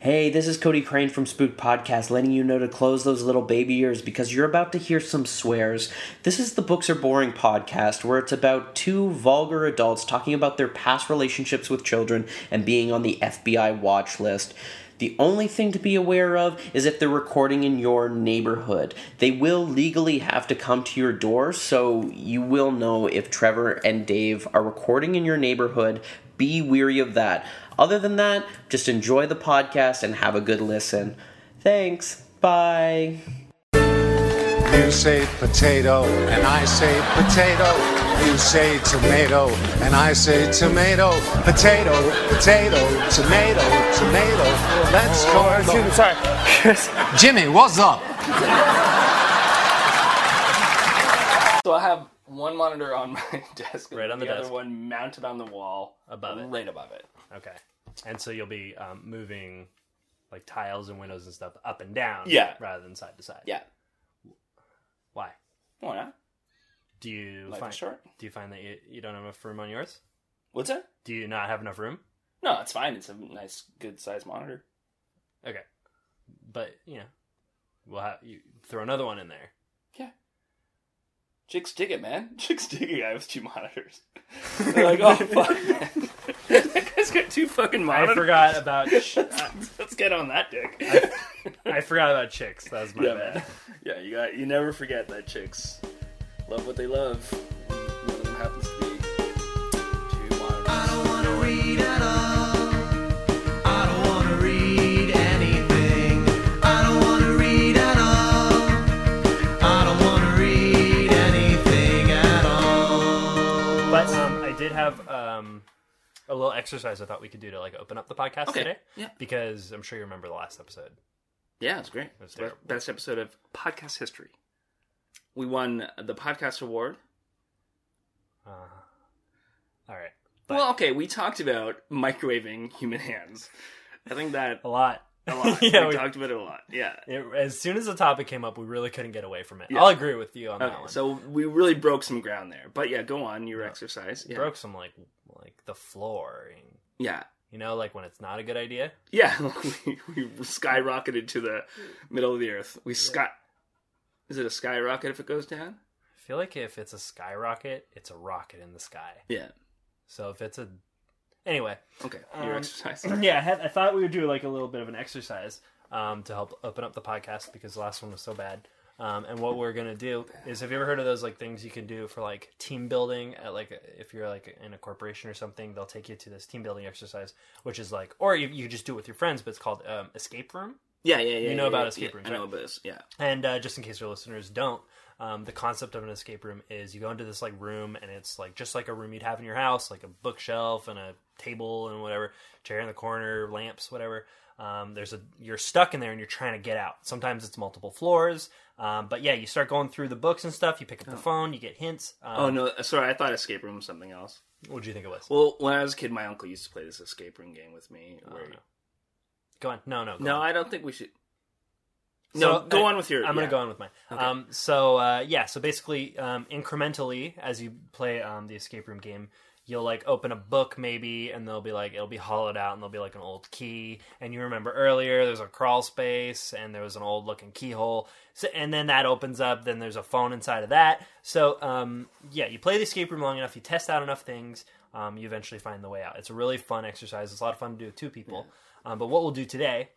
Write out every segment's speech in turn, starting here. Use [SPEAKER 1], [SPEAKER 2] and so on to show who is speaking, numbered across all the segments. [SPEAKER 1] Hey, this is Cody Crane from Spook Podcast, letting you know to close those little baby ears because you're about to hear some swears. This is the Books Are Boring podcast, where it's about two vulgar adults talking about their past relationships with children and being on the FBI watch list. The only thing to be aware of is if they're recording in your neighborhood. They will legally have to come to your door, so you will know if Trevor and Dave are recording in your neighborhood. Be weary of that. Other than that, just enjoy the podcast and have a good listen. Thanks. Bye.
[SPEAKER 2] You say potato, and I say potato. You say tomato, and I say tomato. Potato, potato, tomato, tomato. Let's go. along.
[SPEAKER 3] Sorry.
[SPEAKER 2] Jimmy, what's up?
[SPEAKER 3] So I have one monitor on my desk, and
[SPEAKER 4] Right on the
[SPEAKER 3] other
[SPEAKER 4] desk.
[SPEAKER 3] one mounted on the wall
[SPEAKER 4] Above it.
[SPEAKER 3] right above it.
[SPEAKER 4] Okay. And so you'll be um, moving like tiles and windows and stuff up and down
[SPEAKER 3] Yeah.
[SPEAKER 4] rather than side to side.
[SPEAKER 3] Yeah.
[SPEAKER 4] Why?
[SPEAKER 3] Why not?
[SPEAKER 4] Do you
[SPEAKER 3] Life
[SPEAKER 4] find
[SPEAKER 3] is short.
[SPEAKER 4] do you find that you, you don't have enough room on yours?
[SPEAKER 3] What's that?
[SPEAKER 4] Do you not have enough room?
[SPEAKER 3] No, it's fine. It's a nice, good size monitor.
[SPEAKER 4] Okay. But, you know, we'll have you throw another one in there.
[SPEAKER 3] Yeah. Chicks dig it, man. Chicks dig a guy with two monitors. They're like, oh fuck, man. that guy's got two fucking
[SPEAKER 4] I
[SPEAKER 3] monitors.
[SPEAKER 4] forgot about ch-
[SPEAKER 3] Let's get on that dick.
[SPEAKER 4] I forgot about chicks. That was my
[SPEAKER 3] yeah,
[SPEAKER 4] bad.
[SPEAKER 3] man. Yeah, you got. You never forget that chicks love what they love. And One of them happens to be two monitors.
[SPEAKER 5] I don't wanna read at all. I don't wanna read anything. I don't wanna read at all. I don't wanna read anything at all.
[SPEAKER 4] But um, I did have um, a little exercise I thought we could do to like open up the podcast
[SPEAKER 3] Okay.
[SPEAKER 4] today.
[SPEAKER 3] Yeah.
[SPEAKER 4] Because I'm sure you remember the last episode.
[SPEAKER 3] Yeah, it's great.
[SPEAKER 4] was
[SPEAKER 3] It's the
[SPEAKER 4] terrible.
[SPEAKER 3] best episode of podcast history. We won the podcast award.
[SPEAKER 4] Uh, Uh-huh. all right.
[SPEAKER 3] Well, okay, we talked about microwaving human hands. I think that
[SPEAKER 4] A lot.
[SPEAKER 3] a lot.
[SPEAKER 4] yeah,
[SPEAKER 3] we,
[SPEAKER 4] we-
[SPEAKER 3] talked about it a lot. Yeah.
[SPEAKER 4] It, as soon as the topic came up, we really couldn't get away from it.
[SPEAKER 3] Yeah.
[SPEAKER 4] I'll agree with you on
[SPEAKER 3] Okay,
[SPEAKER 4] that one.
[SPEAKER 3] so we really broke some ground there. But yeah, go on your exercise. Yeah.
[SPEAKER 4] broke some like like the floor, and,
[SPEAKER 3] Yeah.
[SPEAKER 4] you know, like when it's not a good idea.
[SPEAKER 3] Yeah, we, we skyrocketed to the middle of the earth. We sky. Is it a skyrocket if it goes down?
[SPEAKER 4] I feel like if it's a skyrocket, it's a rocket in the sky.
[SPEAKER 3] Yeah.
[SPEAKER 4] So if it's a anyway,
[SPEAKER 3] Okay. Your
[SPEAKER 4] Um,
[SPEAKER 3] exercise.
[SPEAKER 4] yeah, I, had, I thought we would do like a little bit of an exercise um, to help open up the podcast because the last one was so bad. Um, and what we're gonna do is, have you ever heard of those like things you can do for like team building? At like if you're like in a corporation or something, they'll take you to this team building exercise, which is like, or you, you just do it with your friends, but it's called um, escape room.
[SPEAKER 3] Yeah, yeah, yeah.
[SPEAKER 4] You know
[SPEAKER 3] yeah,
[SPEAKER 4] about
[SPEAKER 3] yeah,
[SPEAKER 4] escape
[SPEAKER 3] yeah,
[SPEAKER 4] rooms,
[SPEAKER 3] I know
[SPEAKER 4] right?
[SPEAKER 3] about this. Yeah.
[SPEAKER 4] And uh, just in case your listeners don't, um, the concept of an escape room is you go into this like room and it's like just like a room you'd have in your house, like a bookshelf and a table and whatever, chair in the corner, lamps, whatever. Um, there's a you're stuck in there and you're trying to get out. Sometimes it's multiple floors, um, but yeah, you start going through the books and stuff. You pick up the phone, you get hints. Um,
[SPEAKER 3] Oh no, sorry. I thought escape room was something else.
[SPEAKER 4] What do you think it was?
[SPEAKER 3] Well, when I was a kid, my uncle used to play this escape room game with me. Where
[SPEAKER 4] Oh, no. Go on. No, no. Go
[SPEAKER 3] no,
[SPEAKER 4] on.
[SPEAKER 3] I don't think we should.
[SPEAKER 4] So,
[SPEAKER 3] No, go
[SPEAKER 4] I-
[SPEAKER 3] on with your.
[SPEAKER 4] I'm gonna
[SPEAKER 3] yeah.
[SPEAKER 4] go on with mine. Um, so uh, yeah, so basically, um, incrementally, as you play um, the escape room game, you'll like open a book maybe, and they'll be like it'll be hollowed out, and there'll be like an old key, and you remember earlier there's a crawl space, and there was an old looking keyhole, so, and then that opens up, then there's a phone inside of that. So um, yeah, you play the escape room long enough, you test out enough things, um, you eventually find the way out. It's a really fun exercise. It's a lot of fun to do with two people. Um, but what we'll do today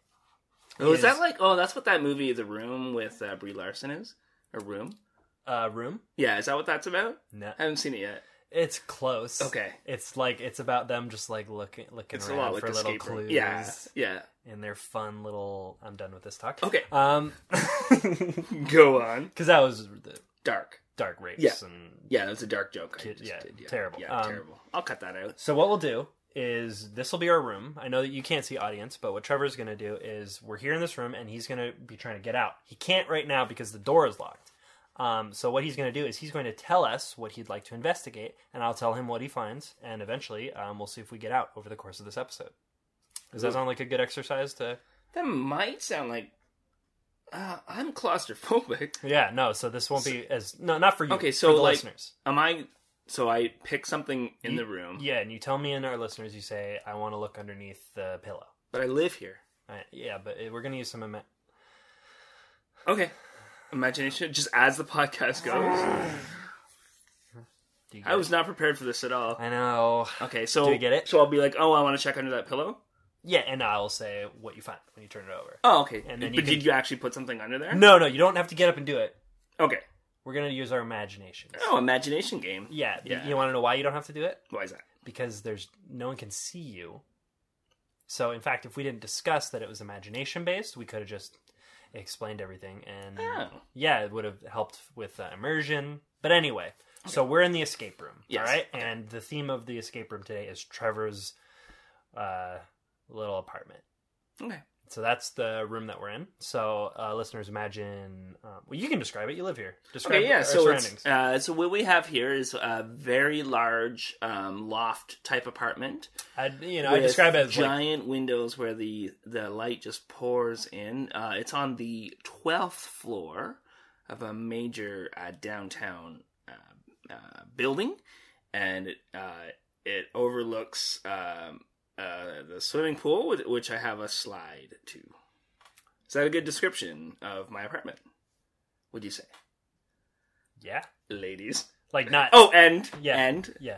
[SPEAKER 3] Oh, is
[SPEAKER 4] is-
[SPEAKER 3] that like? Oh, that's what that movie, The Room, with uh, Brie Larson is. A room.
[SPEAKER 4] uh, room.
[SPEAKER 3] Yeah, is that what that's about?
[SPEAKER 4] No.
[SPEAKER 3] I haven't seen it yet.
[SPEAKER 4] It's close.
[SPEAKER 3] Okay.
[SPEAKER 4] It's like it's about them just like looking looking
[SPEAKER 3] It's a
[SPEAKER 4] around
[SPEAKER 3] lot like
[SPEAKER 4] for
[SPEAKER 3] the
[SPEAKER 4] little
[SPEAKER 3] escape room.
[SPEAKER 4] clues.
[SPEAKER 3] Yeah, yeah.
[SPEAKER 4] And their fun little. I'm done with this talk.
[SPEAKER 3] Okay.
[SPEAKER 4] Um,
[SPEAKER 3] Go on.
[SPEAKER 4] because that was the
[SPEAKER 3] Dark.
[SPEAKER 4] dark rapes
[SPEAKER 3] Yeah.
[SPEAKER 4] and
[SPEAKER 3] Yeah, that's a dark joke. I
[SPEAKER 4] Kid-
[SPEAKER 3] just
[SPEAKER 4] yeah,
[SPEAKER 3] did. yeah,
[SPEAKER 4] terrible.
[SPEAKER 3] Yeah,
[SPEAKER 4] Um,
[SPEAKER 3] terrible. I'll cut that out.
[SPEAKER 4] So what we'll do is this will be our room. I know that you can't see audience, but what Trevor's going to do is we're here in this room and he's going to be trying to get out. He can't right now because the door is locked. Um, so what he's going to do is he's going to tell us what he'd like to investigate, and I'll tell him what he finds, and eventually um, we'll see if we get out over the course of this episode. Does that sound like a good exercise to?
[SPEAKER 3] That might sound like uh, I'm claustrophobic.
[SPEAKER 4] Yeah, no. So this won't be as no, not for you.
[SPEAKER 3] Okay,
[SPEAKER 4] for
[SPEAKER 3] so,
[SPEAKER 4] the
[SPEAKER 3] like-
[SPEAKER 4] listeners,
[SPEAKER 3] Am I? So I pick something in the room,
[SPEAKER 4] yeah, and you tell me and our listeners. You say I want to look underneath the pillow.
[SPEAKER 3] but I live here.
[SPEAKER 4] Alright, yeah, but it- we're gonna use some. Ima-
[SPEAKER 3] Okay. Imagination just as the podcast goes.
[SPEAKER 4] Do you get
[SPEAKER 3] I was not prepared for this at all.
[SPEAKER 4] It? I know.
[SPEAKER 3] Okay, so
[SPEAKER 4] Do we get it?
[SPEAKER 3] So I'll be like, oh, I want to check under that pillow.
[SPEAKER 4] Yeah, and I'll say what you find when you turn it over.
[SPEAKER 3] Oh, okay.
[SPEAKER 4] And then
[SPEAKER 3] but
[SPEAKER 4] you can-
[SPEAKER 3] did you actually put something under there?
[SPEAKER 4] No, no, you don't have to get up and do it.
[SPEAKER 3] Okay.
[SPEAKER 4] We're gonna use our imaginations.
[SPEAKER 3] Oh, imagination game.
[SPEAKER 4] Yeah, but
[SPEAKER 3] Yeah.
[SPEAKER 4] you want to know why you don't have to do it?
[SPEAKER 3] Why is that?
[SPEAKER 4] Because there's no one can see you. So, in fact, if we didn't discuss that it was imagination based, we could have just explained everything, and
[SPEAKER 3] Oh.
[SPEAKER 4] yeah, it would have helped with uh, immersion. But anyway, so we're in the escape room,
[SPEAKER 3] Yes.
[SPEAKER 4] all right? And the theme of the escape room today is Trevor's uh, little apartment.
[SPEAKER 3] Okay.
[SPEAKER 4] So that's the room that we're in. So uh, listeners, imagine. Uh, well, you can describe it. You live here. Describe
[SPEAKER 3] Okay, yeah.
[SPEAKER 4] our
[SPEAKER 3] So
[SPEAKER 4] surroundings.
[SPEAKER 3] it's, uh, so what we have here is a very large um, loft type apartment.
[SPEAKER 4] I, you know, I
[SPEAKER 3] with
[SPEAKER 4] describe it as like,
[SPEAKER 3] giant windows where the the light just pours in. Uh, it's on the twelfth floor of a major uh, downtown uh, uh, building, and it, uh, it overlooks um, uh, the swimming pool, with- which I have a slide to. Is that a good description of my apartment? Would you say,
[SPEAKER 4] yeah,
[SPEAKER 3] ladies?
[SPEAKER 4] like not.
[SPEAKER 3] Oh, and
[SPEAKER 4] Yeah.
[SPEAKER 3] and
[SPEAKER 4] yeah.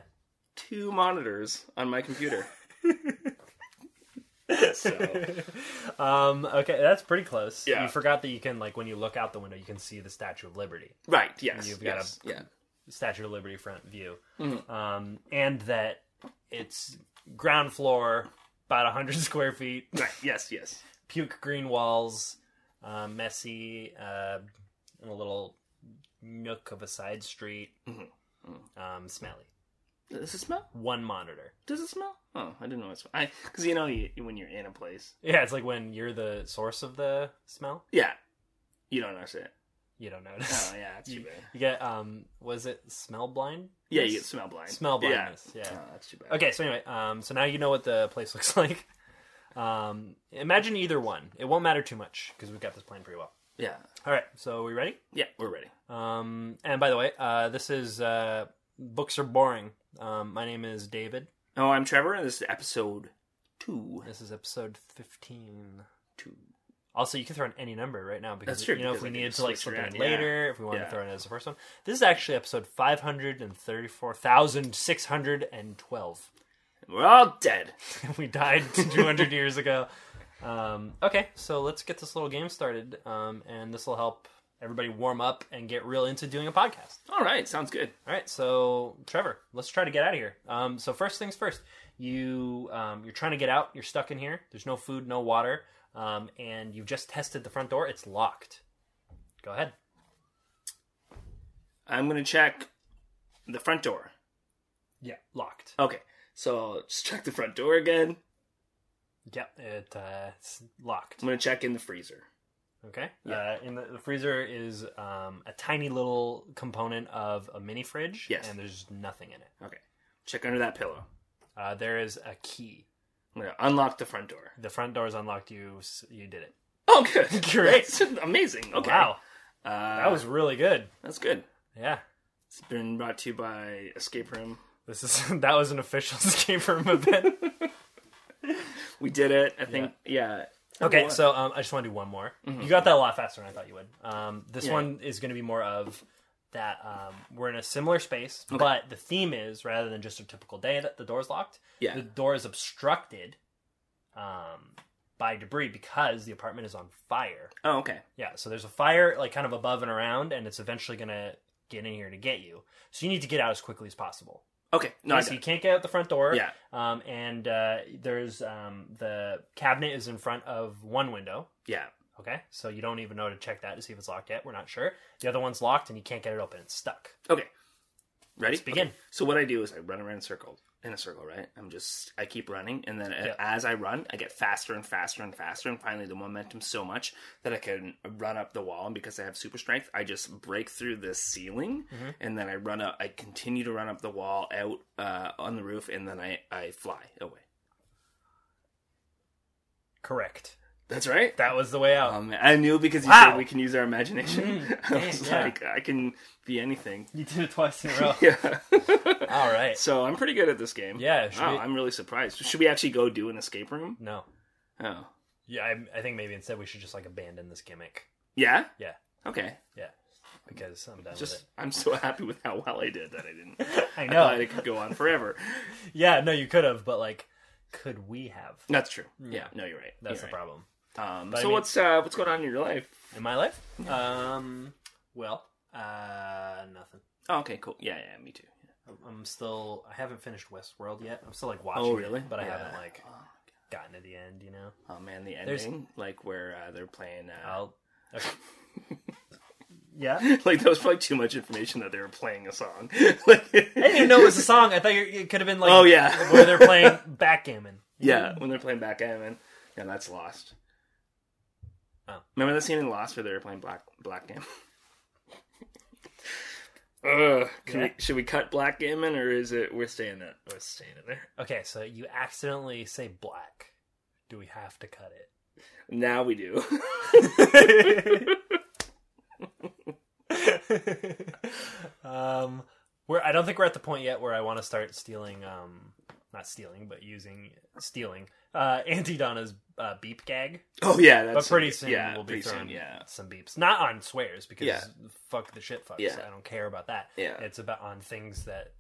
[SPEAKER 3] two monitors on my computer. so
[SPEAKER 4] Um. Okay, that's pretty close.
[SPEAKER 3] Yeah.
[SPEAKER 4] You forgot that you can like when you look out the window, you can see the Statue of Liberty.
[SPEAKER 3] right, yes,
[SPEAKER 4] You've got a-
[SPEAKER 3] yes, yeah.
[SPEAKER 4] Statue of Liberty front view,
[SPEAKER 3] Mm-hmm.
[SPEAKER 4] um, and that it's ground floor, about hundred square feet,
[SPEAKER 3] Right. Yes. Yes.
[SPEAKER 4] puke green walls, uh, messy, uh, in a little nook of a side street,
[SPEAKER 3] Mm-hmm.
[SPEAKER 4] Um, smelly.
[SPEAKER 3] Does it smell?
[SPEAKER 4] One monitor.
[SPEAKER 3] Does it smell? Oh, I didn't know it smelled. I because you know you, when you're in a place,
[SPEAKER 4] Yeah, it's like when you're the source of the smell,
[SPEAKER 3] yeah, you don't notice it.
[SPEAKER 4] you don't notice.
[SPEAKER 3] Oh, yeah, that's too
[SPEAKER 4] you,
[SPEAKER 3] bad.
[SPEAKER 4] you get um, was it smell blind?
[SPEAKER 3] Yeah, you get smell blind.
[SPEAKER 4] Smell blindness,
[SPEAKER 3] Yeah.
[SPEAKER 4] yeah.
[SPEAKER 3] Oh, that's too bad.
[SPEAKER 4] Okay, so anyway, um, so now you know what the place looks like. Um, imagine either one. It won't matter too much because we've got this planned pretty well.
[SPEAKER 3] Yeah.
[SPEAKER 4] All right, so we ready?
[SPEAKER 3] Yeah. We're ready.
[SPEAKER 4] Um, and by the way, uh, this is uh, books are boring. Um, my name is David.
[SPEAKER 3] Oh, I'm Trevor, and this is episode two.
[SPEAKER 4] This is episode fifteen.
[SPEAKER 3] Two.
[SPEAKER 4] Also, you can throw in any number right now because
[SPEAKER 3] That's true,
[SPEAKER 4] you know
[SPEAKER 3] because
[SPEAKER 4] if we
[SPEAKER 3] I can
[SPEAKER 4] needed
[SPEAKER 3] just
[SPEAKER 4] to like
[SPEAKER 3] switch
[SPEAKER 4] slip
[SPEAKER 3] it
[SPEAKER 4] it
[SPEAKER 3] around,
[SPEAKER 4] in later,
[SPEAKER 3] yeah.
[SPEAKER 4] if we wanted
[SPEAKER 3] Yeah.
[SPEAKER 4] to throw in as the first one. This is actually episode five hundred and thirty-four thousand six hundred and twelve.
[SPEAKER 3] We're all dead.
[SPEAKER 4] we died 200 years ago. Um, okay, so let's get this little game started, um, and this will help everybody warm up and get real into doing a podcast.
[SPEAKER 3] All right. Sounds good.
[SPEAKER 4] All right, so Trevor, let's try to get out of here. Um, so first things first, you um, you're trying to get out. You're stuck in here. There's no food, no water, um, and you've just tested the front door. It's locked. Go ahead.
[SPEAKER 3] I'm gonna check the front door.
[SPEAKER 4] Yeah, locked.
[SPEAKER 3] Okay. So just check the front door again.
[SPEAKER 4] Yep, it, uh, it's locked.
[SPEAKER 3] I'm gonna check in the freezer.
[SPEAKER 4] Okay. Uh, in the, the freezer is um, a tiny little component of a mini fridge.
[SPEAKER 3] Yes.
[SPEAKER 4] And there's nothing in it.
[SPEAKER 3] Okay. Check under that pillow.
[SPEAKER 4] Uh, there is a key.
[SPEAKER 3] I'm gonna unlock the front door.
[SPEAKER 4] The front door is unlocked. You s- you did it.
[SPEAKER 3] Oh, good.
[SPEAKER 4] Great.
[SPEAKER 3] That's amazing. Okay.
[SPEAKER 4] Wow.
[SPEAKER 3] Uh,
[SPEAKER 4] That was really good.
[SPEAKER 3] that's good.
[SPEAKER 4] Yeah.
[SPEAKER 3] It's been brought to you by Escape Room.
[SPEAKER 4] This is that was an official escape room event.
[SPEAKER 3] We did it. I think. Yeah.
[SPEAKER 4] okay, so um, I just want to do one more. You got that a lot faster than I thought you would. Um, this
[SPEAKER 3] Mm-hmm. Yeah.
[SPEAKER 4] one is going to be more of that um, we're in a similar space, but the theme is rather than just a typical day that the door's locked,
[SPEAKER 3] Yeah.
[SPEAKER 4] the door is obstructed um, by debris because the apartment is on fire.
[SPEAKER 3] Oh, okay.
[SPEAKER 4] Yeah, so there's a fire like kind of above and around, and it's eventually gonna get in here to get you. So you need to get out as quickly as possible.
[SPEAKER 3] Okay. No,
[SPEAKER 4] Okay,
[SPEAKER 3] I
[SPEAKER 4] so you
[SPEAKER 3] got it.
[SPEAKER 4] can't get out the front door.
[SPEAKER 3] Yeah.
[SPEAKER 4] Um, and uh, there's um, the cabinet is in front of one window.
[SPEAKER 3] yeah.
[SPEAKER 4] Okay, so you don't even know to check that to see if it's locked yet. We're not sure. The other one's locked, and you can't get it open. It's stuck.
[SPEAKER 3] Okay. Ready?
[SPEAKER 4] Let's begin.
[SPEAKER 3] Okay. So what I do is I run around in circles in a circle, right? I'm just I keep running, and then
[SPEAKER 4] Yeah.
[SPEAKER 3] as I run, I get faster and faster and faster, and finally the momentum so much that I can run up the wall. And because I have super strength, I just break through the ceiling,
[SPEAKER 4] Mm-hmm.
[SPEAKER 3] and then I run up. I continue to run up the wall out uh, on the roof, and then I I fly away.
[SPEAKER 4] Correct.
[SPEAKER 3] That's right.
[SPEAKER 4] That was the way out.
[SPEAKER 3] Um, I knew because you
[SPEAKER 4] Wow. Mm-hmm.
[SPEAKER 3] said we can use our imagination. I was
[SPEAKER 4] yeah.
[SPEAKER 3] like, I can be anything.
[SPEAKER 4] you did it twice in a row.
[SPEAKER 3] Yeah.
[SPEAKER 4] All right.
[SPEAKER 3] so I'm pretty good at this game.
[SPEAKER 4] Yeah, should
[SPEAKER 3] Wow,
[SPEAKER 4] we-
[SPEAKER 3] I'm really surprised. Should we actually go do an escape room?
[SPEAKER 4] No.
[SPEAKER 3] Oh.
[SPEAKER 4] Yeah, I, I think maybe instead we should just like abandon this gimmick.
[SPEAKER 3] Yeah.
[SPEAKER 4] Yeah,
[SPEAKER 3] Okay.
[SPEAKER 4] yeah, because I'm done
[SPEAKER 3] Just
[SPEAKER 4] with
[SPEAKER 3] I'm so happy with how well I did that I didn't.
[SPEAKER 4] I
[SPEAKER 3] I
[SPEAKER 4] know.
[SPEAKER 3] thought it could go on forever.
[SPEAKER 4] it. Yeah, no, you could have, but like, could we have?
[SPEAKER 3] That's true. Yeah. No, you're right.
[SPEAKER 4] Mm. That's
[SPEAKER 3] You're
[SPEAKER 4] the problem.
[SPEAKER 3] right. Um,
[SPEAKER 4] I
[SPEAKER 3] so
[SPEAKER 4] mean-
[SPEAKER 3] what's uh, what's going on in your life?
[SPEAKER 4] In my life, um, well, uh, nothing.
[SPEAKER 3] Oh, okay. Cool. Yeah. Yeah. Me too.
[SPEAKER 4] I'm still. I haven't finished Westworld yet. I'm still like watching.
[SPEAKER 3] Oh,
[SPEAKER 4] it,
[SPEAKER 3] really?
[SPEAKER 4] but I
[SPEAKER 3] Yeah.
[SPEAKER 4] haven't like gotten to the end. You know.
[SPEAKER 3] Oh man, the
[SPEAKER 4] There's-
[SPEAKER 3] ending, like where uh, they're playing. Uh,
[SPEAKER 4] I'll. Okay. yeah.
[SPEAKER 3] Like that was probably too much information that they were playing a song. like,
[SPEAKER 4] I didn't even know it was a song. I thought you- it could have been like.
[SPEAKER 3] Oh, yeah.
[SPEAKER 4] where they're playing backgammon.
[SPEAKER 3] yeah, when they're playing backgammon, yeah, that's Lost.
[SPEAKER 4] Oh.
[SPEAKER 3] Remember that scene in Lost where they were playing black blackgammon? Ugh, can
[SPEAKER 4] Yeah.
[SPEAKER 3] we, should we cut blackgammon or is it we're staying it? We're staying in there.
[SPEAKER 4] Okay, so you accidentally say black. Do we have to cut it?
[SPEAKER 3] Now we do.
[SPEAKER 4] um, we're, I don't think we're at the point yet where I want to start stealing, um, not stealing, but using, stealing, uh, Auntie Donna's uh, beep gag.
[SPEAKER 3] oh yeah, that's
[SPEAKER 4] But pretty
[SPEAKER 3] some-
[SPEAKER 4] soon
[SPEAKER 3] yeah,
[SPEAKER 4] we'll be
[SPEAKER 3] pretty
[SPEAKER 4] throwing
[SPEAKER 3] soon, yeah.
[SPEAKER 4] some beeps. Not on swears, because
[SPEAKER 3] Yeah.
[SPEAKER 4] fuck the shit fucks.
[SPEAKER 3] Yeah.
[SPEAKER 4] I don't care about that.
[SPEAKER 3] Yeah.
[SPEAKER 4] It's about on things that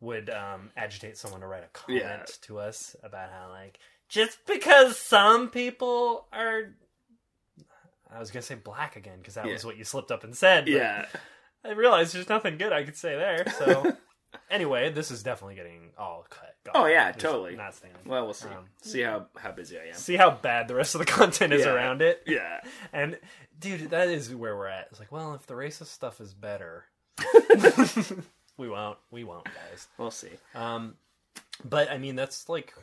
[SPEAKER 4] would um, agitate someone to write a comment
[SPEAKER 3] Yeah.
[SPEAKER 4] to us about how, like, just because some people are. I was going to say black again, because that
[SPEAKER 3] Yeah.
[SPEAKER 4] was what you slipped up and said. but
[SPEAKER 3] Yeah.
[SPEAKER 4] I realized there's nothing good I could say there. So, anyway, this is definitely getting all cut.
[SPEAKER 3] Oh, yeah,
[SPEAKER 4] It's
[SPEAKER 3] totally.
[SPEAKER 4] Not standing.
[SPEAKER 3] Well, we'll see.
[SPEAKER 4] Um,
[SPEAKER 3] see how how busy I am.
[SPEAKER 4] See how bad the rest of the content is
[SPEAKER 3] Yeah.
[SPEAKER 4] around it.
[SPEAKER 3] Yeah.
[SPEAKER 4] And dude, that is where we're at. It's like, well, if the racist stuff is better, we won't. We won't, guys.
[SPEAKER 3] We'll see.
[SPEAKER 4] Um, but I mean, that's like,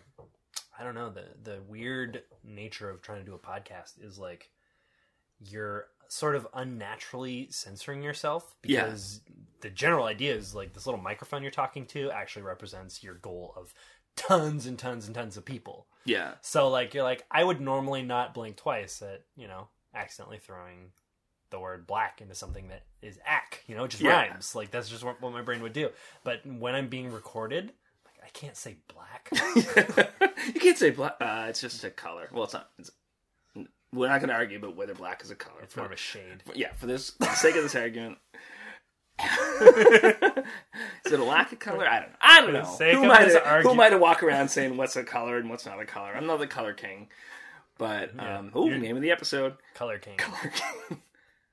[SPEAKER 4] I don't know. The the weird nature of trying to do a podcast is like, you're sort of unnaturally censoring yourself
[SPEAKER 3] Yeah.
[SPEAKER 4] because the general idea is like this little microphone you're talking to actually represents your goal of tons and tons and tons of people.
[SPEAKER 3] Yeah.
[SPEAKER 4] So like you're like I would normally not blink twice at you know accidentally throwing the word black into something that is ack you know it just
[SPEAKER 3] Yeah.
[SPEAKER 4] rhymes like that's just what, what my brain would do. But when I'm being recorded, like I can't say black.
[SPEAKER 3] you can't say black. Uh, it's just a color. Well, it's not. It's, we're not going to argue about whether black is a color.
[SPEAKER 4] it's more of a shade.
[SPEAKER 3] yeah, for this for the sake of this argument. is it a lack of color? I don't know. I don't
[SPEAKER 4] the
[SPEAKER 3] know.
[SPEAKER 4] sake
[SPEAKER 3] Who
[SPEAKER 4] of
[SPEAKER 3] am I,
[SPEAKER 4] this
[SPEAKER 3] to, who am I
[SPEAKER 4] argu-
[SPEAKER 3] to walk around saying what's a color and what's not a color? I'm not the color king. But um, ooh,
[SPEAKER 4] You're-
[SPEAKER 3] name of the episode.
[SPEAKER 4] Color king.
[SPEAKER 3] Color king.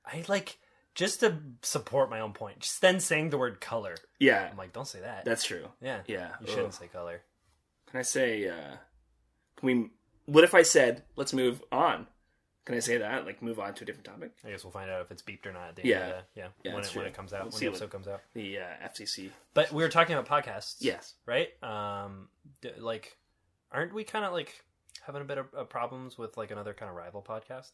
[SPEAKER 4] I like just to support my own point. Just then saying the word color,
[SPEAKER 3] yeah,
[SPEAKER 4] I'm like, don't say that.
[SPEAKER 3] that's true.
[SPEAKER 4] yeah,
[SPEAKER 3] yeah,
[SPEAKER 4] You
[SPEAKER 3] ugh.
[SPEAKER 4] shouldn't say color.
[SPEAKER 3] Can I say? Uh, can we? What if I said let's move on? Can I say that? Like move on to a different topic?
[SPEAKER 4] I guess we'll find out if it's beeped or not. At the
[SPEAKER 3] Yeah.
[SPEAKER 4] end of the, yeah,
[SPEAKER 3] Yeah,
[SPEAKER 4] When
[SPEAKER 3] that's
[SPEAKER 4] it, when
[SPEAKER 3] true.
[SPEAKER 4] it comes out,
[SPEAKER 3] We'll
[SPEAKER 4] when
[SPEAKER 3] see
[SPEAKER 4] the
[SPEAKER 3] what-
[SPEAKER 4] episode comes out.
[SPEAKER 3] The uh, FCC.
[SPEAKER 4] But we were talking about podcasts.
[SPEAKER 3] Yes.
[SPEAKER 4] right? Um, d- like, aren't we kind of like having a bit of uh, problems with like another kind of rival podcast?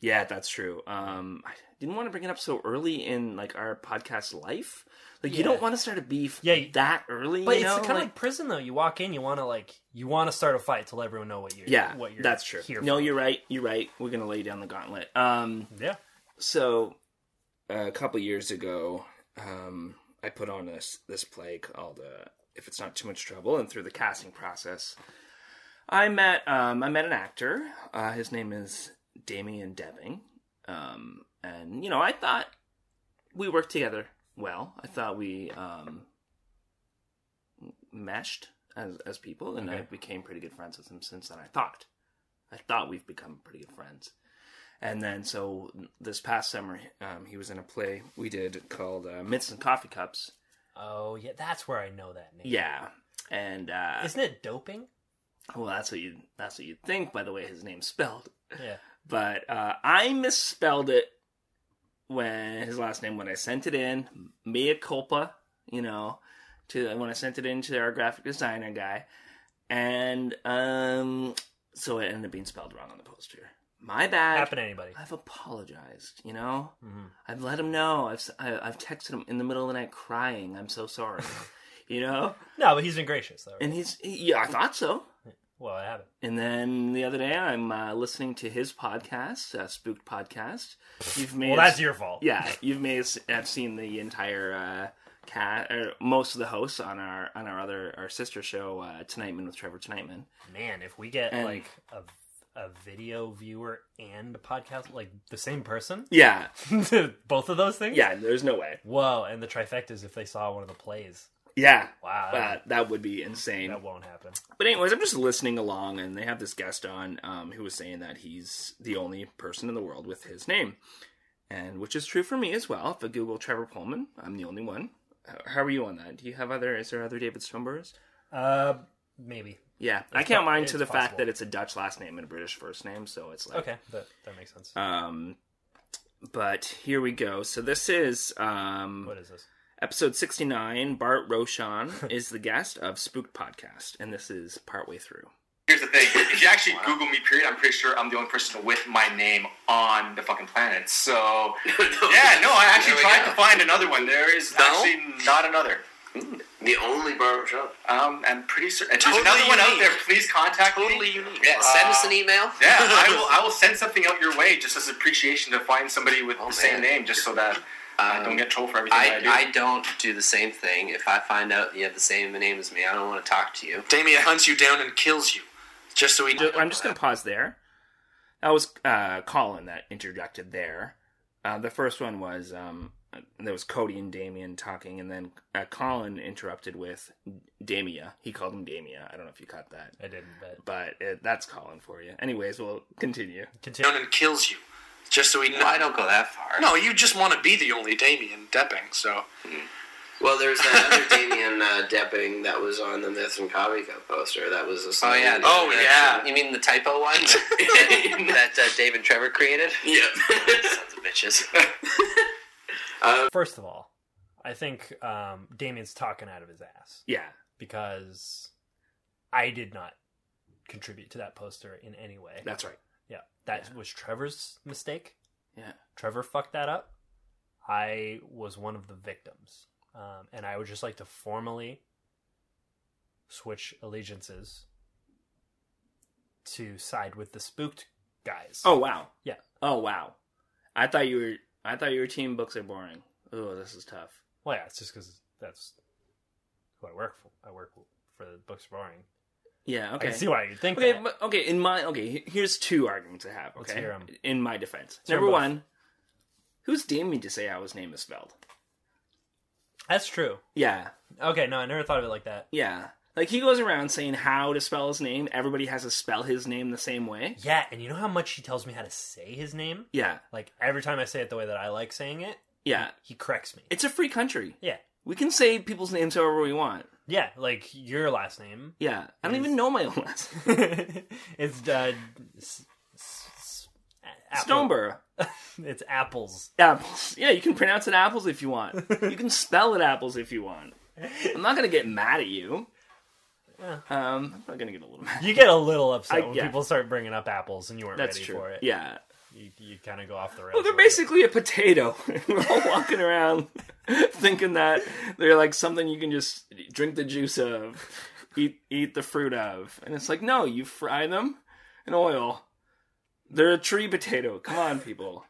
[SPEAKER 3] Yeah, that's true. Um, I didn't want to bring it up so early in like our podcast life. Like you
[SPEAKER 4] Yeah.
[SPEAKER 3] don't want to start a beef
[SPEAKER 4] Yeah, you-
[SPEAKER 3] that early.
[SPEAKER 4] But
[SPEAKER 3] you know?
[SPEAKER 4] it's kind of like, prison though. You walk in, you want to like, you want to start a fight to let everyone know what you're.
[SPEAKER 3] yeah,
[SPEAKER 4] what you're.
[SPEAKER 3] that's true.
[SPEAKER 4] Here
[SPEAKER 3] No,
[SPEAKER 4] for.
[SPEAKER 3] you're right. You're right. We're gonna lay down the gauntlet. Um,
[SPEAKER 4] Yeah.
[SPEAKER 3] so uh, a couple years ago, um, I put on this this play called uh, "If It's Not Too Much Trouble," and through the casting process, I met um, I met an actor. Uh, his name is Damien Deving, um, and you know I thought we worked together well. I thought we um, meshed as as people, and I
[SPEAKER 4] Okay.
[SPEAKER 3] became pretty good friends with him since then. I thought, I thought we've become pretty good friends. And then, so this past summer, um, he was in a play we did called uh, Mints and Coffee Cups.
[SPEAKER 4] Oh yeah, that's where I know that name.
[SPEAKER 3] Yeah, and uh,
[SPEAKER 4] Isn't it doping?
[SPEAKER 3] well, that's what you that's what you think by the way his name's spelled.
[SPEAKER 4] Yeah.
[SPEAKER 3] But uh, I misspelled it when his last name when I sent it in. Mea culpa, you know, to when I sent it in to our graphic designer guy, and um, so it ended up being spelled wrong on the poster. My bad.
[SPEAKER 4] Happen to anybody?
[SPEAKER 3] I've apologized. You know.
[SPEAKER 4] Mhm.
[SPEAKER 3] I've let him know. I've s- I, I've texted him in the middle of the night crying. I'm so sorry. you know,
[SPEAKER 4] No, but he's been gracious though. right?
[SPEAKER 3] and he's he, yeah, I thought so.
[SPEAKER 4] Well, I haven't.
[SPEAKER 3] And then the other day, I'm uh, listening to his podcast, uh, Spooked Podcast. You've made
[SPEAKER 4] Well, that's your fault.
[SPEAKER 3] yeah. You've may s- have seen the entire uh, cat or most of the hosts on our on our other our sister show uh, Tonightman with Trevor Tonightman.
[SPEAKER 4] Man, if we get
[SPEAKER 3] And-
[SPEAKER 4] like a, a video viewer and podcast, like the same person?
[SPEAKER 3] Yeah,
[SPEAKER 4] Both of those things?
[SPEAKER 3] yeah. There's no way.
[SPEAKER 4] Whoa, and the trifectas if they saw one of the plays.
[SPEAKER 3] Yeah,
[SPEAKER 4] Wow.
[SPEAKER 3] uh, that would be insane.
[SPEAKER 4] That won't happen.
[SPEAKER 3] But anyways, I'm just listening along, and they have this guest on um, who was saying that he's the only person in the world with his name, and which is true for me as well. If I Google Trevor Pullman, I'm the only one. How- How are you on that? Do you have other? Is there other David Stumberers?
[SPEAKER 4] Uh, maybe.
[SPEAKER 3] Yeah, I can't
[SPEAKER 4] po-
[SPEAKER 3] mind to
[SPEAKER 4] it's
[SPEAKER 3] the fact
[SPEAKER 4] possible.
[SPEAKER 3] that it's a Dutch last name and a British first name, so it's like
[SPEAKER 4] Okay, that, that makes sense.
[SPEAKER 3] Um, but here we go. So this is um,
[SPEAKER 4] what is this?
[SPEAKER 3] episode 69. Bart Roshan is the guest of Spooked Podcast, and this is partway through.
[SPEAKER 6] Here's the thing: if you actually Google me, period, I'm pretty sure I'm the only person with my name on the fucking planet. So yeah, no, I actually tried to find another one. There is actually not another.
[SPEAKER 7] The only barber shop.
[SPEAKER 6] Um, I'm pretty certain. If
[SPEAKER 7] Totally
[SPEAKER 6] there's another one out
[SPEAKER 7] unique.
[SPEAKER 6] there, please contact me.
[SPEAKER 7] Totally unique. Yeah, send us an email.
[SPEAKER 6] Yeah, I will. I will send something out your way just as appreciation to find somebody with the same
[SPEAKER 7] Oh, man.
[SPEAKER 6] name, just so that I don't
[SPEAKER 7] Um,
[SPEAKER 6] get trolled for everything
[SPEAKER 7] I,
[SPEAKER 6] that I do.
[SPEAKER 7] I don't do the same thing. If I find out you have the same name as me, I don't want to talk to you.
[SPEAKER 6] Damien hunts you down and kills you, just so he.
[SPEAKER 3] I'm just going to pause there. That was uh, Colin that interjected there. Uh, the first one was um, there was Cody and Damien talking, and then uh, Colin interrupted with Damia. He called him Damia. I don't know if you caught that,
[SPEAKER 4] I didn't, but
[SPEAKER 3] but it, that's Colin for you. Anyways, we'll continue.
[SPEAKER 4] continue.
[SPEAKER 6] and kills you, just so he.
[SPEAKER 7] Well, I don't go that far.
[SPEAKER 6] No, you just want to be the only Damien Depping, so.
[SPEAKER 7] Hmm. Well, there's that other Damien uh, Depping that was on the Myth and Comedy Cup poster. That was a.
[SPEAKER 6] Oh, yeah. Oh, yeah.
[SPEAKER 7] You mean the typo one that, that uh, Dave and Trevor created? Yeah. Sons of bitches.
[SPEAKER 4] First of all, I think um, Damien's talking out of his ass
[SPEAKER 3] Yeah.
[SPEAKER 4] because I did not contribute to that poster in any way.
[SPEAKER 3] That's right.
[SPEAKER 4] Yeah, that was Trevor's mistake.
[SPEAKER 3] Yeah.
[SPEAKER 4] Trevor fucked that up. I was one of the victims, um, and I would just like to formally switch allegiances to side with the spooked guys.
[SPEAKER 3] Oh wow.
[SPEAKER 4] Yeah.
[SPEAKER 3] Oh wow. I thought you were. I thought your team books are boring. Oh, this is tough.
[SPEAKER 4] well, yeah, it's just because that's who I work for. I work for the books boring.
[SPEAKER 3] Yeah.
[SPEAKER 4] I
[SPEAKER 3] Okay.
[SPEAKER 4] can see why you think
[SPEAKER 3] Okay.
[SPEAKER 4] that.
[SPEAKER 3] But, okay. In my okay, he- here's two arguments I have. Okay.
[SPEAKER 4] Let's hear 'em.
[SPEAKER 3] In my defense,
[SPEAKER 4] hear 'em
[SPEAKER 3] number
[SPEAKER 4] both.
[SPEAKER 3] one, who's Damien to say how his name is spelled?
[SPEAKER 4] That's true.
[SPEAKER 3] Yeah.
[SPEAKER 4] Okay, no, I never thought of it like that.
[SPEAKER 3] Yeah. Like he goes around saying how to spell his name. Everybody has to spell his name the same way.
[SPEAKER 4] Yeah, and you know how much he tells me how to say his name?
[SPEAKER 3] Yeah.
[SPEAKER 4] Like every time I say it the way that I like saying it,
[SPEAKER 3] Yeah.
[SPEAKER 4] he corrects me.
[SPEAKER 3] It's a free country.
[SPEAKER 4] Yeah.
[SPEAKER 3] We can say people's names however we want.
[SPEAKER 4] Yeah, like your last name.
[SPEAKER 3] Yeah. I don't even know my own last name.
[SPEAKER 4] it's uh, s- s- s- a- apple.
[SPEAKER 3] Stoneborough.
[SPEAKER 4] it's apples.
[SPEAKER 3] Apples. Yeah, you can pronounce it apples if you want. you can spell it apples if you want. I'm not gonna get mad at you.
[SPEAKER 4] Yeah.
[SPEAKER 3] Um, I'm not gonna get a little mad.
[SPEAKER 4] You get a little upset
[SPEAKER 3] I-
[SPEAKER 4] when
[SPEAKER 3] yeah.
[SPEAKER 4] people start bringing up apples and you weren't
[SPEAKER 3] That's
[SPEAKER 4] ready
[SPEAKER 3] true.
[SPEAKER 4] for it.
[SPEAKER 3] Yeah.
[SPEAKER 4] You, you kind of go off the rails.
[SPEAKER 3] Well, they're
[SPEAKER 4] a little
[SPEAKER 3] basically a potato. We're all walking around thinking that they're like something you can just drink the juice of, eat eat the fruit of, and it's like no, you fry them in oil. They're a tree potato. Come on, people.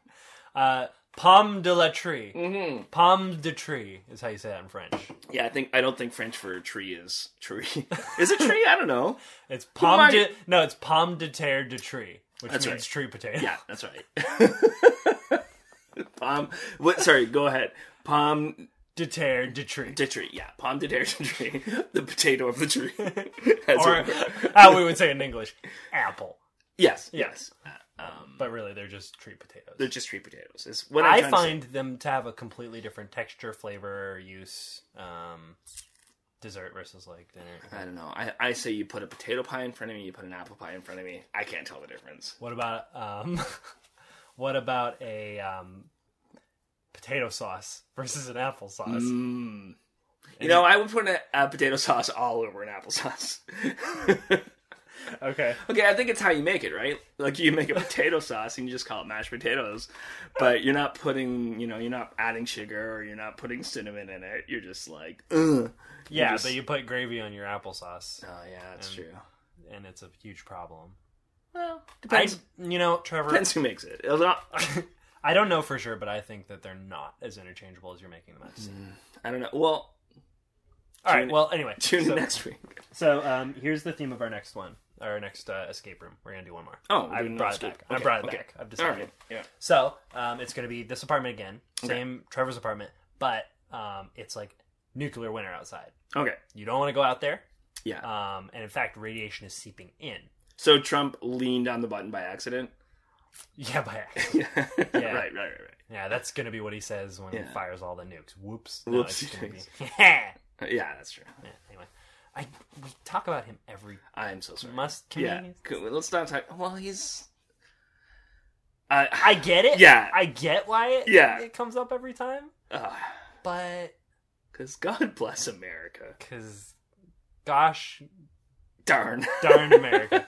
[SPEAKER 4] bit. Uh, pomme de la tree.
[SPEAKER 3] Mm-hmm.
[SPEAKER 4] Pomme de tree is how you say that in French.
[SPEAKER 3] Yeah, I think I don't think French for tree is tree. Is it tree? I don't know.
[SPEAKER 4] It's pomme
[SPEAKER 3] am
[SPEAKER 4] de no, it's pomme de terre de tree, which
[SPEAKER 3] That's
[SPEAKER 4] means
[SPEAKER 3] right.
[SPEAKER 4] tree potato.
[SPEAKER 3] Yeah, that's right. palm. What? Sorry. Go ahead. Palm
[SPEAKER 4] De terre de tree.
[SPEAKER 3] de tree. Yeah, palm de terre de tree. The potato of the tree. As
[SPEAKER 4] or
[SPEAKER 3] it were.
[SPEAKER 4] how we would say in English, apple.
[SPEAKER 3] yes, yes.
[SPEAKER 4] But really, they're just tree potatoes.
[SPEAKER 3] They're just tree potatoes. Is what I'm
[SPEAKER 4] I
[SPEAKER 3] trying to say.
[SPEAKER 4] find them to have a completely different texture, flavor, use, um, dessert versus like dinner.
[SPEAKER 3] I don't know. I, I say you put a potato pie in front of me. You put an apple pie in front of me. I can't tell the difference.
[SPEAKER 4] What about um, what about a um, potato sauce versus an applesauce?
[SPEAKER 3] Mm, You know, I would put a, a potato sauce all over an applesauce.
[SPEAKER 4] Okay,
[SPEAKER 3] Okay, I think it's how you make it, right? Like you make a potato sauce and you just call it mashed potatoes, but you're not putting, you know, you're not adding sugar or you're not putting cinnamon in it. You're just like,
[SPEAKER 4] Oh,
[SPEAKER 3] Ugh.
[SPEAKER 4] yeah,
[SPEAKER 3] just-
[SPEAKER 4] but you put gravy on your applesauce,
[SPEAKER 3] oh yeah, that's
[SPEAKER 4] Um,
[SPEAKER 3] true.
[SPEAKER 4] and it's a huge problem.
[SPEAKER 3] Well,
[SPEAKER 4] I,
[SPEAKER 3] depends.
[SPEAKER 4] you know, Trevor,
[SPEAKER 3] Depends who makes it. It's not-
[SPEAKER 4] I don't know for sure, but I think that they're not as interchangeable as you're making them out to seem.
[SPEAKER 3] I don't know. Well,
[SPEAKER 4] All right.
[SPEAKER 3] Mm. Tune-
[SPEAKER 4] Well, anyway,
[SPEAKER 3] tune
[SPEAKER 4] so,
[SPEAKER 3] in next week.
[SPEAKER 4] so um, here's the theme of our next one. our next uh, escape room. We're gonna do one more.
[SPEAKER 3] Oh, we're
[SPEAKER 4] I
[SPEAKER 3] doing
[SPEAKER 4] brought it
[SPEAKER 3] another
[SPEAKER 4] back.
[SPEAKER 3] escape.
[SPEAKER 4] I
[SPEAKER 3] Okay,
[SPEAKER 4] brought it
[SPEAKER 3] okay.
[SPEAKER 4] back. I've
[SPEAKER 3] All
[SPEAKER 4] decided.
[SPEAKER 3] right. Yeah.
[SPEAKER 4] So um, it's gonna be this apartment again, same Trevor's apartment, but um, it's like nuclear winter outside.
[SPEAKER 3] Okay.
[SPEAKER 4] You don't want to go out there,
[SPEAKER 3] Yeah.
[SPEAKER 4] um, and in fact, radiation is seeping in.
[SPEAKER 3] so Trump leaned on the button by accident.
[SPEAKER 4] Yeah, by accident.
[SPEAKER 3] yeah. Right. Right. Right. Right.
[SPEAKER 4] Yeah, that's gonna be what he says when he
[SPEAKER 3] Yeah.
[SPEAKER 4] fires all the nukes. Whoops.
[SPEAKER 3] Whoops.
[SPEAKER 4] it's gonna be- yeah.
[SPEAKER 3] Yeah. That's true.
[SPEAKER 4] Anyway, I we talk about him every
[SPEAKER 3] I'm so sorry.
[SPEAKER 4] must. Can
[SPEAKER 3] yeah.
[SPEAKER 4] we-
[SPEAKER 3] Cool. Let's not talk. Well, he's. I
[SPEAKER 4] I get it.
[SPEAKER 3] Yeah.
[SPEAKER 4] I get why it,
[SPEAKER 3] Yeah.
[SPEAKER 4] it comes up every time, but
[SPEAKER 3] because God bless America.
[SPEAKER 4] because, gosh,
[SPEAKER 3] Darn.
[SPEAKER 4] darn America.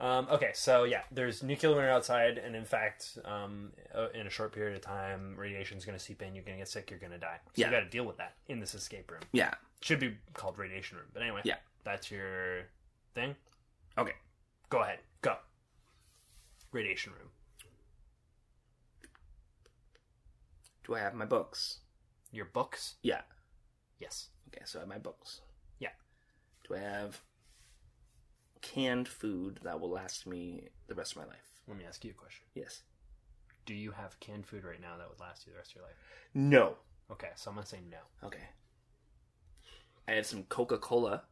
[SPEAKER 4] um, okay, so yeah, there's nuclear winter outside, and in fact, um, uh, in a short period of time, radiation's going to seep in. You're going to get sick. You're going to die. So
[SPEAKER 3] Yeah.
[SPEAKER 4] you got to deal with that in this escape room.
[SPEAKER 3] yeah.
[SPEAKER 4] Should be called radiation room, but anyway,
[SPEAKER 3] Yeah.
[SPEAKER 4] that's your thing.
[SPEAKER 3] Okay.
[SPEAKER 4] Go ahead, go. Radiation room.
[SPEAKER 3] Do I have my books?
[SPEAKER 4] Your books.
[SPEAKER 3] Yeah.
[SPEAKER 4] Yes.
[SPEAKER 3] Okay, so I have my books.
[SPEAKER 4] Yeah.
[SPEAKER 3] Do I have canned food that will last me the rest of my life?
[SPEAKER 4] Let me ask you a question.
[SPEAKER 3] Yes.
[SPEAKER 4] Do you have canned food right now that would last you the rest of your life?
[SPEAKER 3] No.
[SPEAKER 4] Okay, so I'm gonna say no.
[SPEAKER 3] Okay. I have some Coca Cola.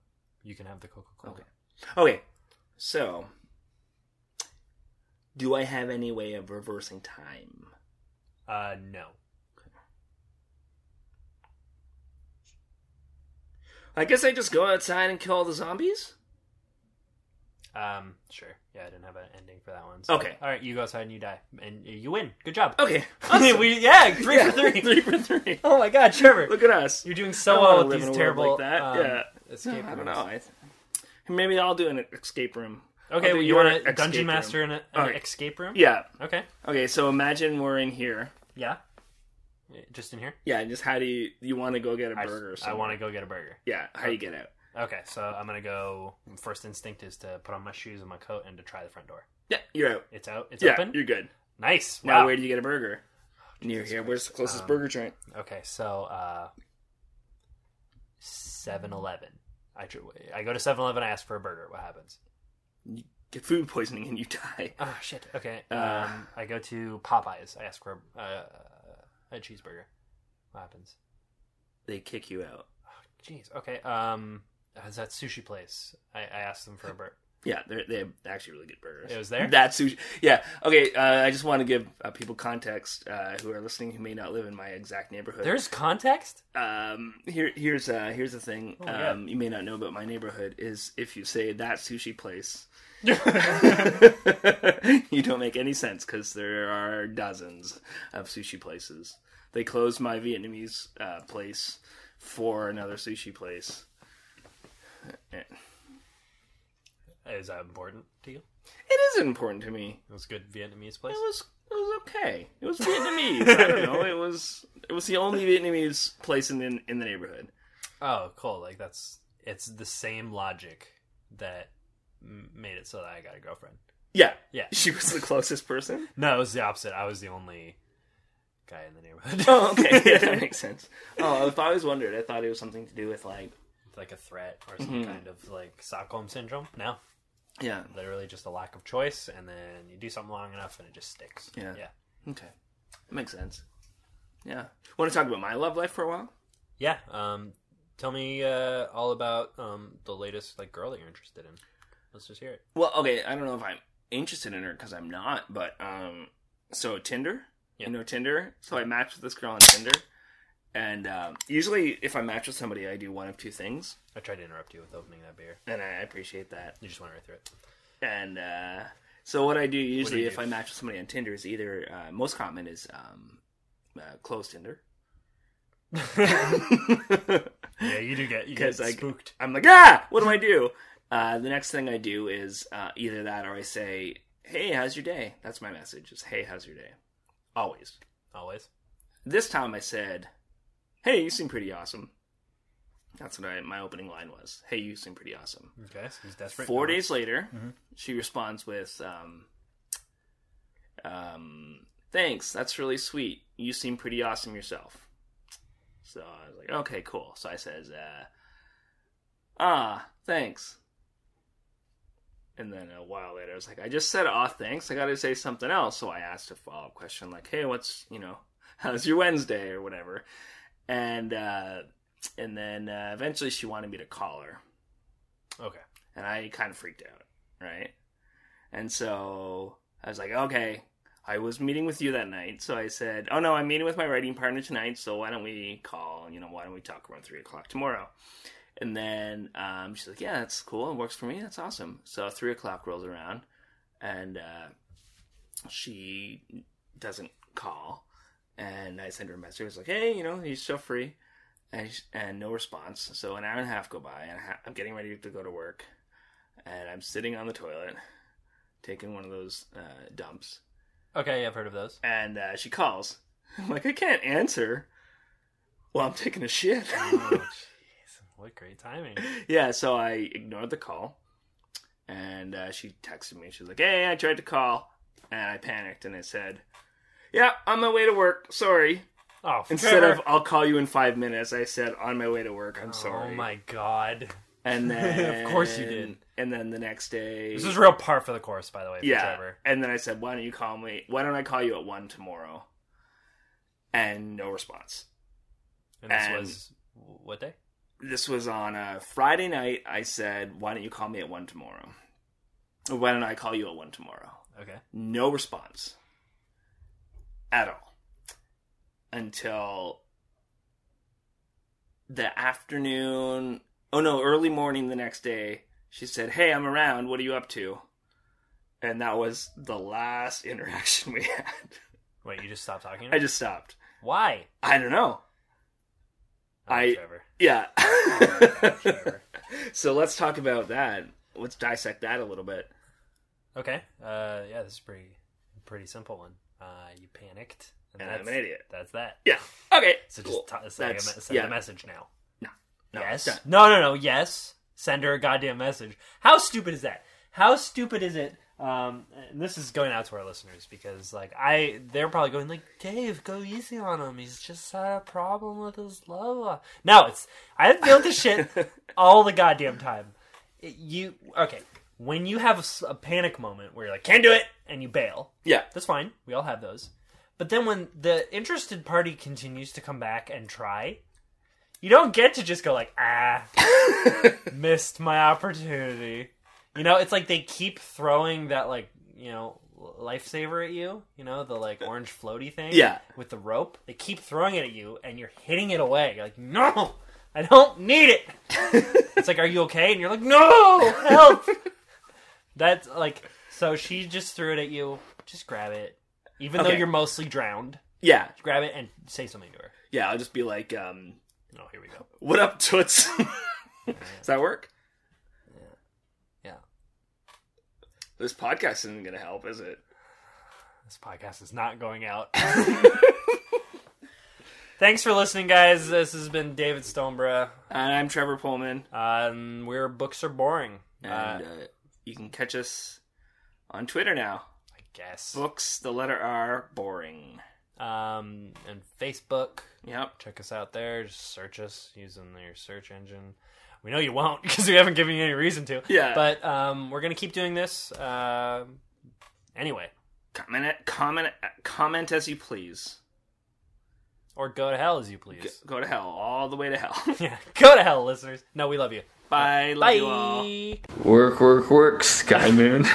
[SPEAKER 4] You can have the Coca Cola.
[SPEAKER 3] Okay. Okay. So, do I have any way of reversing time?
[SPEAKER 4] Uh, no.
[SPEAKER 3] I guess I just go outside and kill all the zombies?
[SPEAKER 4] Um, sure. Yeah, I didn't have an ending for that one. so-
[SPEAKER 3] Okay.
[SPEAKER 4] All right, you go outside and you die, and you win. Good job.
[SPEAKER 3] Okay.
[SPEAKER 4] we yeah, three
[SPEAKER 3] Yeah,
[SPEAKER 4] for three.
[SPEAKER 3] three for three.
[SPEAKER 4] Oh my God, Trevor,
[SPEAKER 3] Look at us.
[SPEAKER 4] you're doing so
[SPEAKER 3] I don't
[SPEAKER 4] well
[SPEAKER 3] wanna
[SPEAKER 4] with
[SPEAKER 3] live in
[SPEAKER 4] these
[SPEAKER 3] a world
[SPEAKER 4] terrible
[SPEAKER 3] like that.
[SPEAKER 4] um,
[SPEAKER 3] yeah.
[SPEAKER 4] escape
[SPEAKER 3] I don't
[SPEAKER 4] rooms.
[SPEAKER 3] know. I maybe I'll do an escape room.
[SPEAKER 4] Okay,
[SPEAKER 3] I'll do
[SPEAKER 4] well, you
[SPEAKER 3] your
[SPEAKER 4] want a
[SPEAKER 3] escape room.
[SPEAKER 4] dungeon master in a, an
[SPEAKER 3] Okay.
[SPEAKER 4] escape room?
[SPEAKER 3] Yeah.
[SPEAKER 4] Okay.
[SPEAKER 3] Okay. So imagine we're in here.
[SPEAKER 4] Yeah. Just in here.
[SPEAKER 3] Yeah. Just how do you you want to go get a
[SPEAKER 4] I-
[SPEAKER 3] burger? Or
[SPEAKER 4] I,
[SPEAKER 3] something.
[SPEAKER 4] want to go get a burger.
[SPEAKER 3] Yeah. How you get out?
[SPEAKER 4] Okay, so I'm gonna go. First instinct is to put on my shoes and my coat and to try the front door.
[SPEAKER 3] Yeah. You're out.
[SPEAKER 4] It's out. It's
[SPEAKER 3] yeah.
[SPEAKER 4] open.
[SPEAKER 3] You're good.
[SPEAKER 4] Nice.
[SPEAKER 3] Now
[SPEAKER 4] Wow. Oh,
[SPEAKER 3] where do you get a burger? Near here. Where's the closest
[SPEAKER 4] Um,
[SPEAKER 3] burger joint?
[SPEAKER 4] Okay, so uh 7-Eleven. I tr- I go to 7-Eleven, I ask for a burger. What happens?
[SPEAKER 3] Get food poisoning and you die.
[SPEAKER 4] Oh shit. Okay. Um
[SPEAKER 3] Uh.
[SPEAKER 4] I go to Popeyes. I ask for a, uh, a cheeseburger. What happens?
[SPEAKER 3] They kick you out.
[SPEAKER 4] Jeez. Okay. Um is that sushi place? I, I asked them for a burger.
[SPEAKER 3] Yeah, they're, they have actually really good burgers.
[SPEAKER 4] It was there?
[SPEAKER 3] That sushi. Yeah. Okay. Uh, I just want to give uh, people context uh, who are listening who may not live in my exact neighborhood.
[SPEAKER 4] There's context?
[SPEAKER 3] um here here's uh here's the thing
[SPEAKER 4] Oh, yeah.
[SPEAKER 3] um you may not know about my neighborhood is if you say that sushi place you don't make any sense because there are dozens of sushi places they closed my vietnamese uh, place for another sushi place it
[SPEAKER 4] Is that important to you?
[SPEAKER 3] is important to me
[SPEAKER 4] It was a good Vietnamese
[SPEAKER 3] it
[SPEAKER 4] place.
[SPEAKER 3] was it was okay it was vietnamese i don't know it was it was the only vietnamese place in the, in the neighborhood
[SPEAKER 4] Oh, cool. Like that's it's the same logic that m- made it so that I got a girlfriend.
[SPEAKER 3] yeah
[SPEAKER 4] Yeah.
[SPEAKER 3] she was the closest person
[SPEAKER 4] No, it was the opposite. I was the only guy in the neighborhood.
[SPEAKER 3] Oh, okay. Yeah, that makes sense. Oh, if I always wondered, I thought it was something to do with like,
[SPEAKER 4] like a threat or some
[SPEAKER 3] Mm-hmm.
[SPEAKER 4] kind of like Stockholm syndrome. No,
[SPEAKER 3] yeah,
[SPEAKER 4] literally just a lack of choice, and then you do something long enough, and it just sticks.
[SPEAKER 3] Yeah.
[SPEAKER 4] yeah,
[SPEAKER 3] okay, that makes sense. Yeah, want to talk about my love life for a while?
[SPEAKER 4] yeah. Um, tell me uh, all about um, the latest like girl that you're interested in. Let's just hear it.
[SPEAKER 3] Well, okay, I don't know if I'm interested in her because I'm not, but um, so Tinder,
[SPEAKER 4] Yeah.
[SPEAKER 3] you know Tinder. So I matched with this girl on Tinder, and um, usually if I match with somebody, I do one of two things,
[SPEAKER 4] I tried to interrupt you with opening that beer.
[SPEAKER 3] and I appreciate that.
[SPEAKER 4] You just went right through it.
[SPEAKER 3] And uh, so what I do usually
[SPEAKER 4] you
[SPEAKER 3] if
[SPEAKER 4] do?
[SPEAKER 3] I match with somebody on Tinder is either uh, most common is um, uh, closed Tinder.
[SPEAKER 4] Yeah, you do get you get
[SPEAKER 3] 'Cause I-
[SPEAKER 4] spooked.
[SPEAKER 3] I'm like, ah, what do I do? Uh, the next thing I do is uh, either that or I say, hey, how's your day? That's my message. Is hey, how's your day? Always.
[SPEAKER 4] Always.
[SPEAKER 3] This time I said, hey, you seem pretty awesome. That's what I, my opening line was. Hey, you seem pretty awesome.
[SPEAKER 4] Okay, so he's desperate.
[SPEAKER 3] Four days later, she responds with, um, um, thanks, that's really sweet. You seem pretty awesome yourself. So I was like, okay, cool. So I says, uh, ah, thanks. And then a while later, I was like, I just said, "Aw, thanks." I got to say something else, so I asked a follow up question, like, "Hey, what's you know, how's your Wednesday or whatever?" And uh, and then uh, eventually, she wanted me to call her,
[SPEAKER 4] Okay.
[SPEAKER 3] and I kind of freaked out, right? And so I was like, okay, I was meeting with you that night, so I said, oh no, I'm meeting with my writing partner tonight, so why don't we call? You know, why don't we talk around three o'clock tomorrow? And then um, she's like, yeah, that's cool, it works for me, that's awesome. So three o'clock rolls around, and uh, she doesn't call, and I send her a message, it's like, hey, you know, he's so free. And, sh- and no response. So an hour and a half go by, and ha- I'm getting ready to go to work, and I'm sitting on the toilet, taking one of those uh, dumps,
[SPEAKER 4] Okay, I've heard of those.
[SPEAKER 3] and uh, she calls. I'm like, I can't answer. Well, I'm taking a shit.
[SPEAKER 4] Oh, jeez. What great timing.
[SPEAKER 3] yeah, so I ignored the call, and uh, she texted me. She's like, Hey, I tried to call, and I panicked, and I said, Yeah, on my way to work. Sorry.
[SPEAKER 4] Oh,
[SPEAKER 3] Instead
[SPEAKER 4] fair.
[SPEAKER 3] of I'll call you in five minutes, I said on my way to work. I'm sorry.
[SPEAKER 4] Oh my god.
[SPEAKER 3] And then
[SPEAKER 4] Of course you did.
[SPEAKER 3] And then the next day,
[SPEAKER 4] This is real par for the course, by the way, for
[SPEAKER 3] yeah.
[SPEAKER 4] Trevor.
[SPEAKER 3] And then I said, "Why don't you call me? Why don't I call you at one tomorrow?" And no response.
[SPEAKER 4] And this
[SPEAKER 3] And-
[SPEAKER 4] was what day?
[SPEAKER 3] This was on a Friday night. I said, "Why don't you call me at one tomorrow?" Or why don't I call you at one tomorrow?
[SPEAKER 4] Okay.
[SPEAKER 3] No response at all until the afternoon. Oh no, early morning the next day. She said, "Hey, I'm around. What are you up to?" And that was the last interaction we had.
[SPEAKER 4] Wait, you just stopped talking?
[SPEAKER 3] I just stopped.
[SPEAKER 4] Why?
[SPEAKER 3] I don't know.
[SPEAKER 4] Oh,
[SPEAKER 3] I-
[SPEAKER 4] Trevor.
[SPEAKER 3] Yeah.
[SPEAKER 4] Trevor.
[SPEAKER 3] so let's talk about that. Let's dissect that a little bit.
[SPEAKER 4] Okay. Uh, yeah, this is pretty pretty simple one. Uh, you panicked.
[SPEAKER 3] And I'm an idiot.
[SPEAKER 4] That's that.
[SPEAKER 3] Yeah. Okay.
[SPEAKER 4] So
[SPEAKER 3] cool.
[SPEAKER 4] just ta- send, a,
[SPEAKER 3] That's-
[SPEAKER 4] me- send
[SPEAKER 3] yeah.
[SPEAKER 4] a message now.
[SPEAKER 3] No,
[SPEAKER 4] yes.
[SPEAKER 3] done.
[SPEAKER 4] No, no, no. Yes. Send her a goddamn message. How stupid is that? How stupid is it? Um, and this is going out to our listeners because, like, I they're probably going like, Dave, go easy on him. He's just had a problem with his love. life." No, it's I deal with this shit all the goddamn time. It- you okay? When you have a s a a panic moment where you're like, can't do it, and you bail,
[SPEAKER 3] Yeah.
[SPEAKER 4] that's fine. We all have those. But then when the interested party continues to come back and try, you don't get to just go like, ah, missed my opportunity. You know, it's like they keep throwing that like, you know, lifesaver at you, you know, the like orange floaty thing
[SPEAKER 3] Yeah.
[SPEAKER 4] with the rope. They keep throwing it at you and you're hitting it away. You're like, "No, I don't need it." it's like, "Are you okay?" And you're like, "No, help." That's like so she just threw it at you. Just grab it. Even though
[SPEAKER 3] Okay.
[SPEAKER 4] you're mostly drowned,
[SPEAKER 3] Yeah.
[SPEAKER 4] grab it and say something to her.
[SPEAKER 3] Yeah. I'll just be like, um,
[SPEAKER 4] Oh, here we go.
[SPEAKER 3] "What up, toots?" Does that work?
[SPEAKER 4] Yeah.
[SPEAKER 3] This podcast isn't gonna help, is it?
[SPEAKER 4] This podcast is not going out. Thanks for listening, guys. This has been David Stoneborough.
[SPEAKER 3] And I'm Trevor Pullman,
[SPEAKER 4] Um, we're Books Are Boring.
[SPEAKER 3] and
[SPEAKER 4] uh,
[SPEAKER 3] uh, you can catch us on Twitter now.
[SPEAKER 4] I guess.
[SPEAKER 3] Books, the letter R, boring.
[SPEAKER 4] Um, and Facebook.
[SPEAKER 3] Yep.
[SPEAKER 4] Check us out there. Just search us using your search engine. We know you won't because we haven't given you any reason to.
[SPEAKER 3] Yeah.
[SPEAKER 4] But um, we're going to keep doing this. Uh, anyway.
[SPEAKER 3] Comment, comment, comment as you please.
[SPEAKER 4] Or go to hell as you please.
[SPEAKER 3] Go, go to hell, all the way to hell.
[SPEAKER 4] yeah. Go to hell, listeners. No, we love you.
[SPEAKER 3] Bye. Love you all.
[SPEAKER 4] Bye.
[SPEAKER 8] Work, work, work, Sky Moon.